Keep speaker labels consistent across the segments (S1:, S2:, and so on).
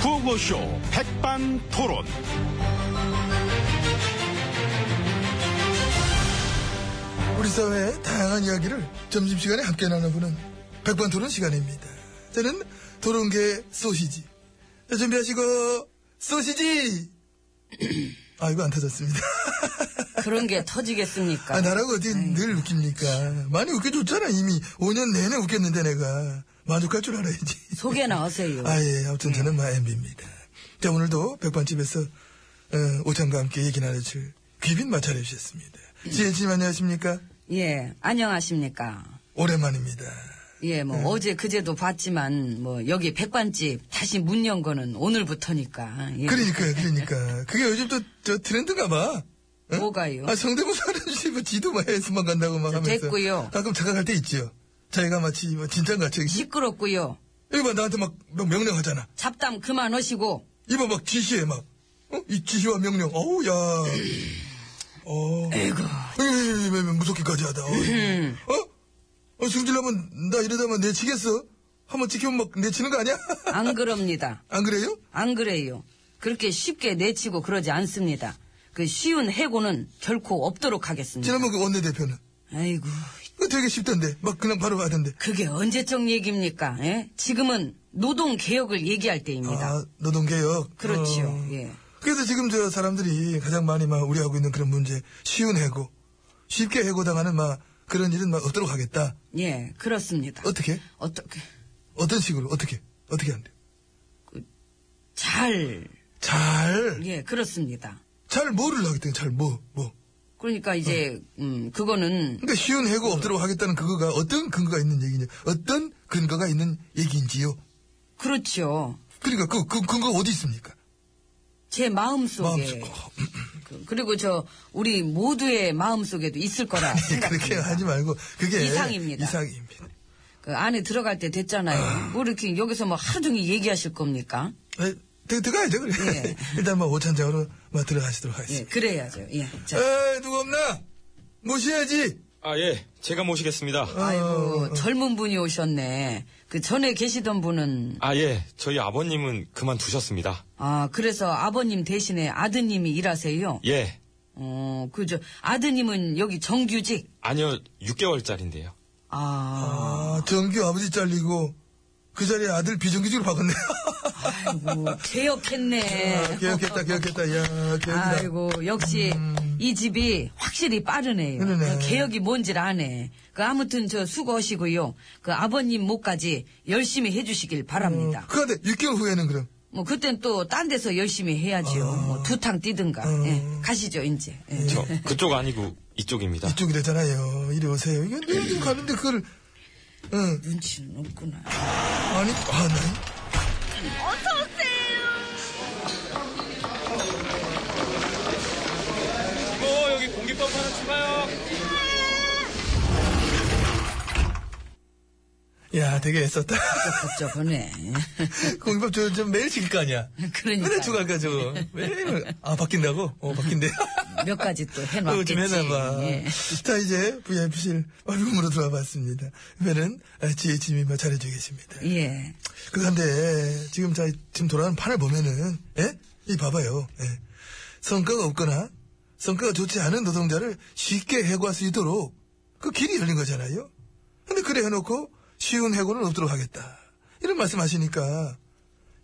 S1: 구호쇼 백반토론.
S2: 우리 사회의 다양한 이야기를 점심시간에 함께 나눠보는 백반토론 시간입니다. 저는 토론계 소시지. 자, 준비하시고 소시지. 아 이거 안 터졌습니다.
S3: 그런 게 터지겠습니까?
S2: 아 나라고 어떻게 늘 웃깁니까? 많이 웃겨줬잖아 이미 5년 내내 웃겼는데 내가 만족할 줄 알아야지.
S3: 소개 나오세요.
S2: 아 예 아무튼 저는 마엠비입니다. 자 오늘도 백반집에서 어, 오찬과 함께 얘기 나눠줄 귀빈 마차를 주셨습니다. 지혜님 안녕하십니까?
S3: 예, 안녕하십니까.
S2: 오랜만입니다.
S3: 예,
S2: 네.
S3: 뭐, 어제 그제도 봤지만, 뭐, 여기 백반집 다시 문 연 거는 오늘부터니까. 예.
S2: 그러니까요, 그러니까. 그게 요즘 또, 저, 트렌드인가 봐. 응?
S3: 뭐가요?
S2: 아, 성대모사를 주시 뭐, 지도 마에서만 간다고 막
S3: 자,
S2: 하면서. 아,
S3: 됐고요.
S2: 가끔 자각할 때 있지요. 자기가 마치, 뭐, 진짠같이.
S3: 시끄럽고요.
S2: 여기 봐, 나한테 막, 막 명령하잖아.
S3: 잡담 그만하시고,
S2: 이봐, 막 지시해, 막. 어? 이 지시와 명령. 어우, 야. 어. 에이구. 무섭기까지 하다.
S3: 음,
S2: 어이. 어? 어, 승질나면, 나 이러다만 내치겠어? 한번 찍히면 막 내치는 거 아니야?
S3: 안 그럽니다.
S2: 안 그래요?
S3: 안 그래요. 그렇게 쉽게 내치고 그러지 않습니다. 그 쉬운 해고는 결코 없도록 하겠습니다.
S2: 지난번 그 원내대표는.
S3: 아이고,
S2: 그거 되게 쉽던데. 막 그냥 바로 가던데.
S3: 그게 언제적 얘기입니까? 예? 지금은 노동 개혁을 얘기할 때입니다.
S2: 아, 노동개혁.
S3: 그렇지요.
S2: 어.
S3: 예.
S2: 그래서 지금 저 사람들이 가장 많이 막 우려하고 있는 그런 문제, 쉬운 해고, 쉽게 해고당하는 막 그런 일은 막 없도록 하겠다.
S3: 예, 그렇습니다.
S2: 어떻게?
S3: 어떻게?
S2: 어떤 식으로? 어떻게? 어떻게 한대?
S3: 잘,
S2: 잘,
S3: 예, 그렇습니다.
S2: 잘 뭐를 하겠다니, 잘 뭐, 뭐.
S3: 그러니까 이제, 음, 그거는,
S2: 그러니까 쉬운 해고 없도록 하겠다는 그거가 어떤 근거가 있는 얘기냐, 어떤 근거가 있는 얘기인지요.
S3: 그렇죠.
S2: 그러니까 그, 그 근거 어디 있습니까?
S3: 제 마음 속에.
S2: 마음속. 어,
S3: 그, 리고 저, 우리 모두의 마음 속에도 있을
S2: 네.
S3: 거라.
S2: 그렇게
S3: 생각합니다.
S2: 하지 말고, 그게.
S3: 이상입니다.
S2: 이상입니다.
S3: 그 안에 들어갈 때 됐잖아요. 뭐 이렇게 여기서 뭐 하루 종일 얘기하실 겁니까?
S2: 아니, 들- 들어가야죠, 네, 그래.
S3: 예.
S2: 일단 뭐 오찬장으로 막 들어가시도록
S3: 예,
S2: 하겠습니다.
S3: 그래야죠. 예. 자,
S2: 에이, 누구 없나? 모셔야지.
S1: 아, 예. 제가 모시겠습니다.
S2: 어.
S3: 아이고, 젊은 분이 오셨네. 그 전에 계시던 분은,
S1: 아, 예. 저희 아버님은 그만두셨습니다.
S3: 아, 그래서 아버님 대신에 아드님이 일하세요.
S1: 예.
S3: 어, 그죠. 아드님은 여기 정규직.
S1: 아니요, 6개월짜리인데요.
S3: 아,
S2: 아, 정규 아버지 잘리고, 그 자리에 아들 비정규직으로 바꿨네.
S3: 아이고, 뭐, 개혁했네.
S2: 아, 개혁했다, 개혁했다. 야, 개혁이다.
S3: 아이고, 역시 이 집이 확실히 빠르네요.
S2: 음. 그러네.
S3: 그 개혁이 뭔지를 아네. 그 아무튼 저 수고하시고요. 그 아버님 몫까지 열심히 해주시길 바랍니다.
S2: 어, 그런데 6개월 후에는 그럼.
S3: 뭐 그땐 또 딴 데서 열심히 해야지요.
S2: 아.
S3: 뭐 두탕 뛰든가.
S2: 음.
S3: 예, 가시죠 이제. 예.
S1: 저, 그쪽 아니고 이쪽입니다.
S2: 이쪽이 되잖아요. 이리 오세요. 이거 내가 지금 가는데 그걸, 응.
S3: 눈치는 없구나.
S2: 아니, 아, 나
S1: 어, 여기 공기밥 하나 추가요.
S2: 야, 되게 애썼다.
S3: 복잡하네.
S2: 공기밥 저, 저 매일 시킬 거 아니야?
S3: 그러니까요.
S2: 맨날 주갈까 저거. 매일. 아, 바뀐다고? 어, 바뀐대.
S3: 몇 가지 또
S2: 어,
S3: 해놨겠지.
S2: 좀 해놔봐.
S3: 예.
S2: 자, 이제 VIP실 얼굴으로 들어와 봤습니다. 이번엔 아, 지혜진님이 뭐 잘해주겠습니다.
S3: 예.
S2: 그런데 지금 자 지금 돌아가는 판을 보면은 예? 이 봐봐요. 예. 성과가 없거나 성과가 좋지 않은 노동자를 쉽게 해고할 수 있도록 그 길이 열린 거잖아요. 근데 그래 해놓고 쉬운 해고는 없도록 하겠다. 이런 말씀하시니까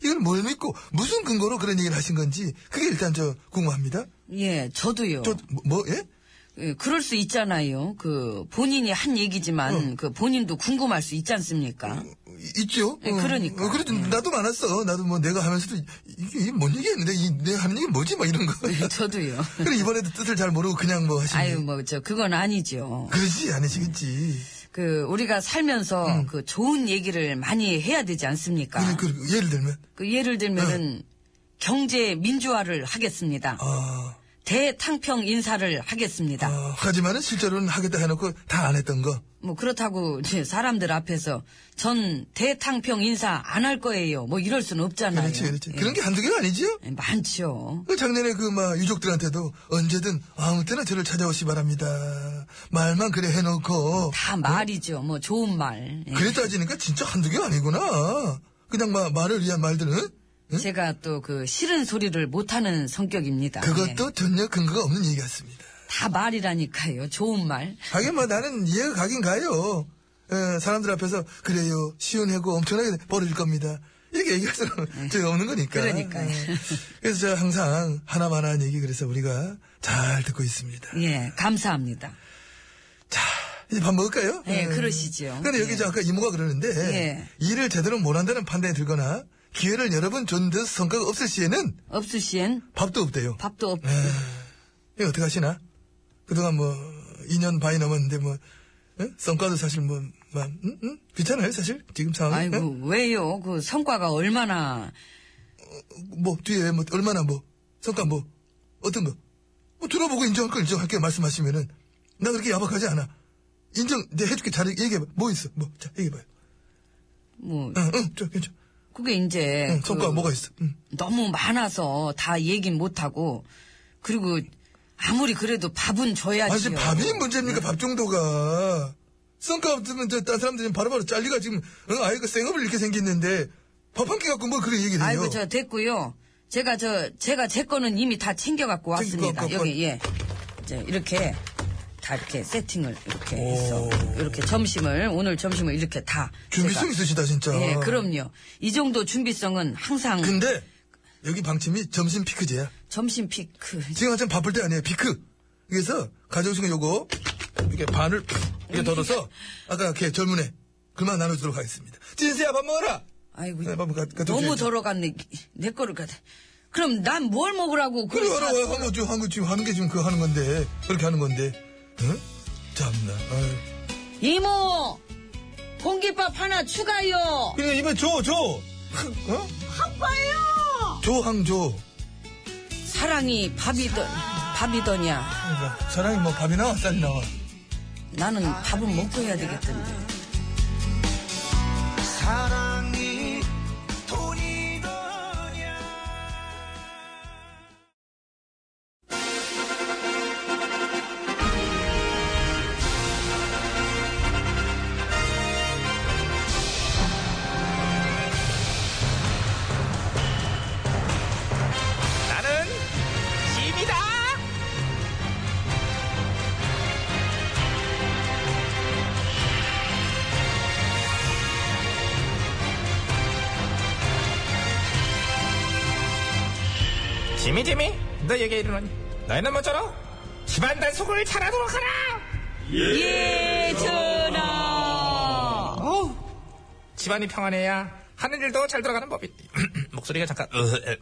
S2: 이걸 뭘 믿고 무슨 근거로 그런 얘기를 하신 건지 그게 일단 저 궁금합니다.
S3: 예, 저도요.
S2: 저 뭐 예?
S3: 예, 그럴 수 있잖아요. 그 본인이 한 얘기지만 그 본인도 궁금할 수 있지 않습니까?
S2: 이- 있죠.
S3: 예, 그러니까.
S2: 어, 그래도 나도 많았어. 나도 뭐 내가 하면서도 이- 이게 이게 뭔 얘기했는데 이, 내가 하는 얘기 뭐지? 막 이런 거.
S3: 네, 저도요.
S2: 그래 이번에도 뜻을 잘 모르고 그냥 뭐 하시는
S3: 아유
S2: 게.
S3: 뭐 저 그건 아니죠.
S2: 그러지 않으시겠지
S3: 그 우리가 살면서 그 좋은 얘기를 많이 해야 되지
S2: 그,
S3: 않습니까?
S2: 그, 예를 들면
S3: 그 예를 들면은 경제 민주화를 하겠습니다.
S2: 아,
S3: 대탕평 인사를 하겠습니다.
S2: 아, 하지만은 실제로는 하겠다 해놓고 다 안 했던 거
S3: 뭐 그렇다고 이제 사람들 앞에서 전 대탕평 인사 안 할 거예요. 뭐 이럴 수는 없잖아요.
S2: 그렇죠, 그렇지 그렇지
S3: 예.
S2: 그런 게 한두 개가 아니지요
S3: 예, 많지요.
S2: 그 작년에 그 막 유족들한테도 언제든 아무 때나 저를 찾아오시 바랍니다 말만 그래 해놓고
S3: 다 말이죠. 뭐 좋은 말. 예.
S2: 그래 따지니까 진짜 한두 개가 아니구나 그냥 막 말을 위한 말들은
S3: 제가 또 그 싫은 소리를 못하는 성격입니다.
S2: 그것도
S3: 예.
S2: 전혀 근거가 없는 얘기 같습니다.
S3: 다 말이라니까요. 좋은 말.
S2: 하긴 뭐 나는 이해가 가긴 가요. 에, 사람들 앞에서 그래요. 쉬운 해고 엄청나게 벌어질 겁니다. 이렇게 얘기할 수는 저희 없는 거니까.
S3: 음. 그러니까요.
S2: 예. 그래서 제가 항상 하나만한 얘기 그래서 우리가 잘 듣고 있습니다.
S3: 예, 감사합니다.
S2: 자, 이제 밥 먹을까요?
S3: 예, 그러시죠.
S2: 근데 여기
S3: 예.
S2: 저 아까 이모가 그러는데
S3: 예.
S2: 일을 제대로 못한다는 판단이 들거나 기회를 여러 번 줬는 데서 성과가 없을 시에는
S3: 없으시엔
S2: 밥도 없대요.
S3: 밥도 없.
S2: 이거 예, 어떻게 하시나? 그동안 뭐 2년 반이 넘었는데 뭐 응? 성과도 사실 뭐 막, 응? 응? 괜찮아요 사실 지금 상황이 응?
S3: 아이고 왜요? 그 성과가 얼마나
S2: 뭐 뒤에 뭐 얼마나 뭐 성과 뭐 어떤 거 뭐, 들어보고 인정할 걸 인정할게요 말씀하시면은 나 그렇게 야박하지 않아 인정 내가 해줄게 잘 얘기해봐 뭐 있어 뭐 자 얘기해봐요 아,
S3: 뭐
S2: 응응저 괜찮
S3: 그게 이제
S2: 응,
S3: 그
S2: 성과 뭐가 있어 응.
S3: 너무 많아서 다 얘긴 못하고 그리고 아무리 그래도 밥은 줘야지.
S2: 아니 지금 밥이
S3: 네.
S2: 문제입니까 밥 정도가 성과 없으면 저 다른 사람들이 바로바로 잘리가 지금 어, 아이가 생업을 이렇게 생겼는데 밥 한 끼 갖고 뭐 그런 얘기를 해요
S3: 아이고 저 됐고요. 제가 저 제가 제 거는 이미 다 챙겨 갖고 왔습니다.
S2: 갖고
S3: 여기 예. 이제 이렇게 다 이렇게 세팅을 이렇게
S2: 오.
S3: 해서 이렇게 점심을 오늘 점심을 이렇게 다
S2: 준비성
S3: 제가-
S2: 있으시다 진짜.
S3: 예, 그럼요. 이 정도 준비성은 항상
S2: 근데 여기 방침이 점심 피크제야.
S3: 점심 그, 피크.
S2: 지금 한참 바쁠 때 아니에요. 피크. 그래서 가져오신 거 요거 이렇게 반을 이렇게 덜어서 아까 걔 젊은 애 그만 나눠주도록 하겠습니다. 진수야 밥 먹어라.
S3: 아이고
S2: 네, 밥은 가- 가둬줘야지.
S3: 너무 덜어갔네. 내 거를 가다. 그럼 난 뭘 먹으라고
S2: 그래
S3: 그걸
S2: 알아.
S3: 샀어?
S2: 한거 지금 한거 지금 하는 게 지금 그거 하는 건데 그렇게 하는 건데. 응? 참나. 아유.
S3: 이모 공깃밥 하나 추가요.
S2: 그러니까 이번에 줘 줘. 어? 아빠요. 조항조.
S3: 사랑이 밥이더 밥이더냐.
S2: 그러니까 사랑이 뭐 밥이 나와 쌀이 나와.
S3: 나는 밥은 먹고 해야 되겠던데.
S4: 사랑이 돈이더냐 나는 짐이다 짐이 짐이 너에게 이르노니 너희는 모쪼록 집안 단속을 잘하도록 하라
S3: 예전아.
S4: 어우, 집안이 평안해야 하는 일도 잘 들어가는 법이. 목소리가 잠깐. 으, 에.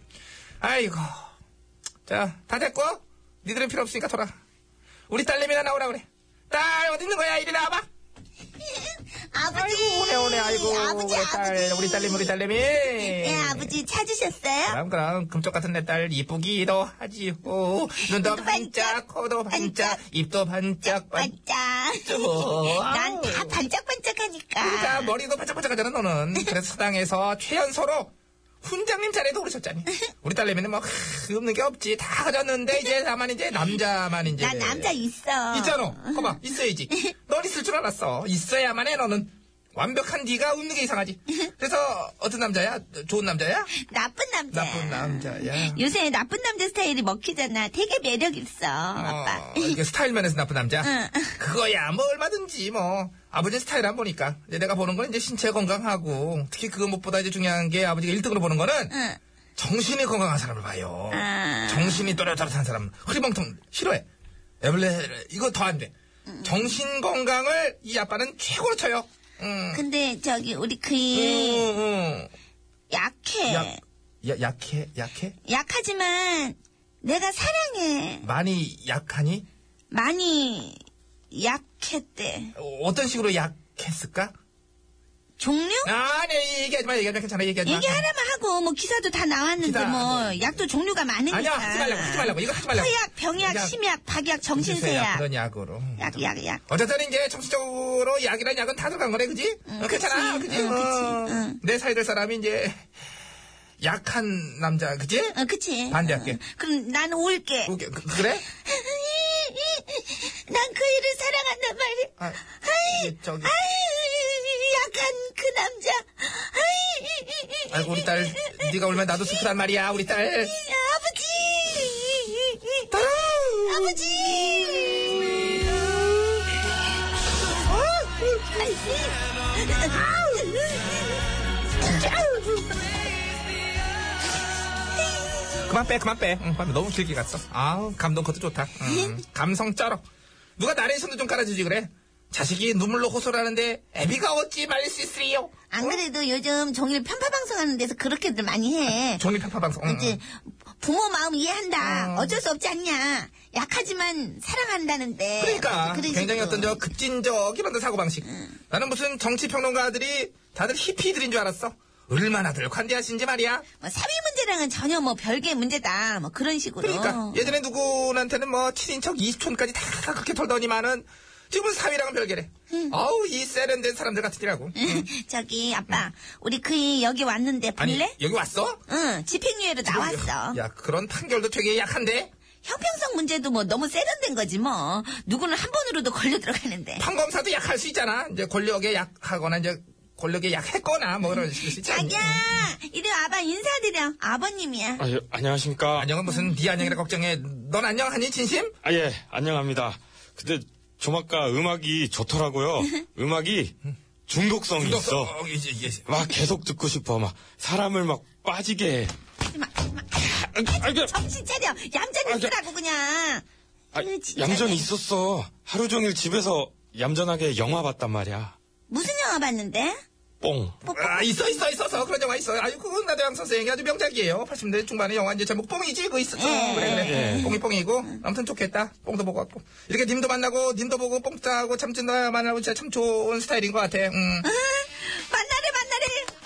S1: 아,
S4: 아이고. 자, 다 됐고. 니들은 필요 없으니까 돌아. 우리 딸내미나 나오라 그래. 딸 어디 있는 거야? 이리 나와봐.
S5: 아버지.
S4: 오네 오네 아이고.
S5: 아버지,
S4: 우리 딸,
S5: 아버지.
S4: 우리 딸내미 우리 딸내미.
S5: 예, 아버지 찾으셨어요?
S4: 그럼 그럼 금쪽 같은 내 딸 이쁘기도 하지. 오, 눈도 반짝,
S5: 반짝,
S4: 코도 반짝,
S5: 반짝,
S4: 입도 반짝 반짝.
S5: 맞다. 난 다
S4: 그러니까
S5: 반짝반짝하니까.
S4: 머리도 반짝반짝하잖아 너는 그래서 사당에서 최연소로 훈장님 자리에도 오르셨잖니 우리 딸내미는 뭐 크, 없는 게 없지 다 가졌는데 이제 나만 이제 남자만 이제
S5: 난 남자 있어.
S4: 있잖아 봐봐 있어야지 넌 있을 줄 알았어 있어야만 해 너는 완벽한 네가 없는 게 이상하지 그래서 어떤 남자야 좋은 남자야
S5: 나쁜 남자.
S4: 나쁜 남자야
S5: 요새 나쁜 남자 스타일이 먹히잖아. 되게 매력 있어, 아빠.
S4: 어, 이게 스타일 면에서 나쁜 남자.
S5: 응.
S4: 그거야 뭐 얼마든지 뭐 아버지 스타일 안 보니까 이제 내가 보는 건 이제 신체 건강하고 특히 그거 무엇보다 이제 중요한 게 아버지가 1등으로 보는 거는
S5: 응.
S4: 정신이 건강한 사람을 봐요.
S5: 아.
S4: 정신이 또렷또렷한 사람 흐리멍텅 싫어해. 에블레 이거 더 안 돼. 정신 건강을 이 아빠는 최고로 쳐요. 음.
S5: 근데 저기 우리
S4: 음,
S5: 그이
S4: 음.
S5: 약해.
S4: 약, 야, 약해 약해
S5: 약하지만 내가 사랑해.
S4: 많이 약하니
S5: 많이 약했대.
S4: 어, 어떤 식으로 약했을까?
S5: 종류?
S4: 아니 얘기하지 마 얘기하지 마 괜찮아 얘기하지 마.
S5: 얘기하라만 하고 뭐 기사도 다 나왔는데
S4: 기사,
S5: 뭐 약도 종류가 많으니까.
S4: 아니야 하지 말라고 하지 말라고 이거 하지 말라고
S5: 허약, 병약,
S4: 그냥
S5: 심약, 박약,
S4: 약,
S5: 정신세약.
S4: 그런 약으로
S5: 약, 약, 약.
S4: 어쨌든 이제 정신적으로 약이란 약은 다 들어간 거래 그지? 어, 괜찮아
S5: 그치,
S4: 그지?
S5: 응,
S4: 어,
S5: 그치, 응.
S4: 내 사이 될 사람이 이제 약한 남자 그지?
S5: 어, 그치.
S4: 반대할게.
S5: 어, 그럼 난 올게.
S4: 그, 그- 그래?
S5: 난 그 일을 사랑한단 말이야.
S4: 아,
S5: 아이,
S4: 이게 저기-
S5: 아이, 약한 그 남자. 아이,
S4: 아이고 우리 딸 네가 울면 나도 슬프단 말이야 우리 딸
S5: 아버지!
S4: 딸
S5: 아버지!
S4: 그만 빼 그만 빼 응, 그만 빼. 너무 길게 갔어 아우 감동 커트 좋다 응, 감성 쩔어 누가 나레이션도 좀 깔아주지 그래 자식이 눈물로 호소를 하는데 애비가 어찌 말릴 수 있으리요
S5: 안 그래도 요즘 종일 편파 방송하는 데서 그렇게들 많이 해.
S4: 종일 편파 방송 응,
S5: 이제
S4: 응.
S5: 부모 마음 이해한다. 어쩔 수 없지 않냐. 약하지만 사랑한다는데.
S4: 그러니까
S5: 그런
S4: 굉장히
S5: 식으로.
S4: 어떤 저 급진적이란 데 사고방식 나는 무슨 정치평론가들이 다들 히피들인 줄 알았어 얼마나들 관대하신지 말이야
S5: 뭐 사회 문제랑은 전혀 뭐 별개의 문제다. 뭐 그런 식으로.
S4: 그러니까 예전에 누구한테는 뭐 친인척 20촌까지 다 그렇게 털더니만은 지금은 사위랑은 별개래.
S5: 음.
S4: 아우 이 세련된 사람들 같으더라고.
S5: 저기 아빠, 우리 그이 여기 왔는데 볼래?
S4: 여기 왔어?
S5: 응, 집행유예로 나왔어.
S4: 야 그런 판결도 되게 약한데
S5: 형평성 문제도 뭐 너무 세련된 거지 뭐. 누구는 한 번으로도 걸려 들어가는데.
S4: 판검사도 약할 수 있잖아. 이제 권력에 약하거나 이제 권력에 약했거나 뭐 그런 식이 있지. 않니?
S5: 자기야, 이리 와봐 인사드려. 아버님이야.
S1: 아, 예, 안녕하십니까?
S4: 안녕은 무슨 네 안녕이라 걱정해. 넌 안녕하니 진심?
S1: 아, 예, 안녕합니다. 근데 좀 아까 음악이 좋더라고요. 음악이 중독성이 있어.
S4: 어, 이제, 이제.
S1: 막 계속 듣고 싶어. 막 사람을 막 빠지게 해.
S5: 마, 마,
S1: 아, 이게-
S5: 정신 차려. 얌전히 있으라고 그냥.
S1: 아,
S5: 아유, 진짜.
S1: 얌전히 있었어. 하루 종일 집에서 얌전하게 영화 봤단 말이야.
S5: 무슨 영화 봤는데?
S1: 뽕.
S4: 아, 있어, 있어, 있어서. 그런 영화 있어요. 아유, 그건 나대왕 선생이 아주 명작이에요. 80년대 중반의 영화, 이제 제목 뽕이지? 그거 있었죠.
S5: 예.
S4: 그래, 그래.
S1: 예.
S4: 뽕이 뽕이고. 아무튼 좋겠다. 뽕도 보고 왔고. 이렇게 님도 만나고, 님도 보고, 뽕도 하고, 참진다 만나고, 진짜 참 좋은 스타일인 것 같아. 음.
S5: 만나래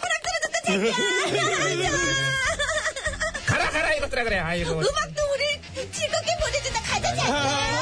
S5: 만나래. 호랑 떨어졌다 자기야.
S4: 가라, 가라, 이것들아, 그래. 아이고.
S5: 음악도 우리 즐겁게 보내준다. 가자 자기야.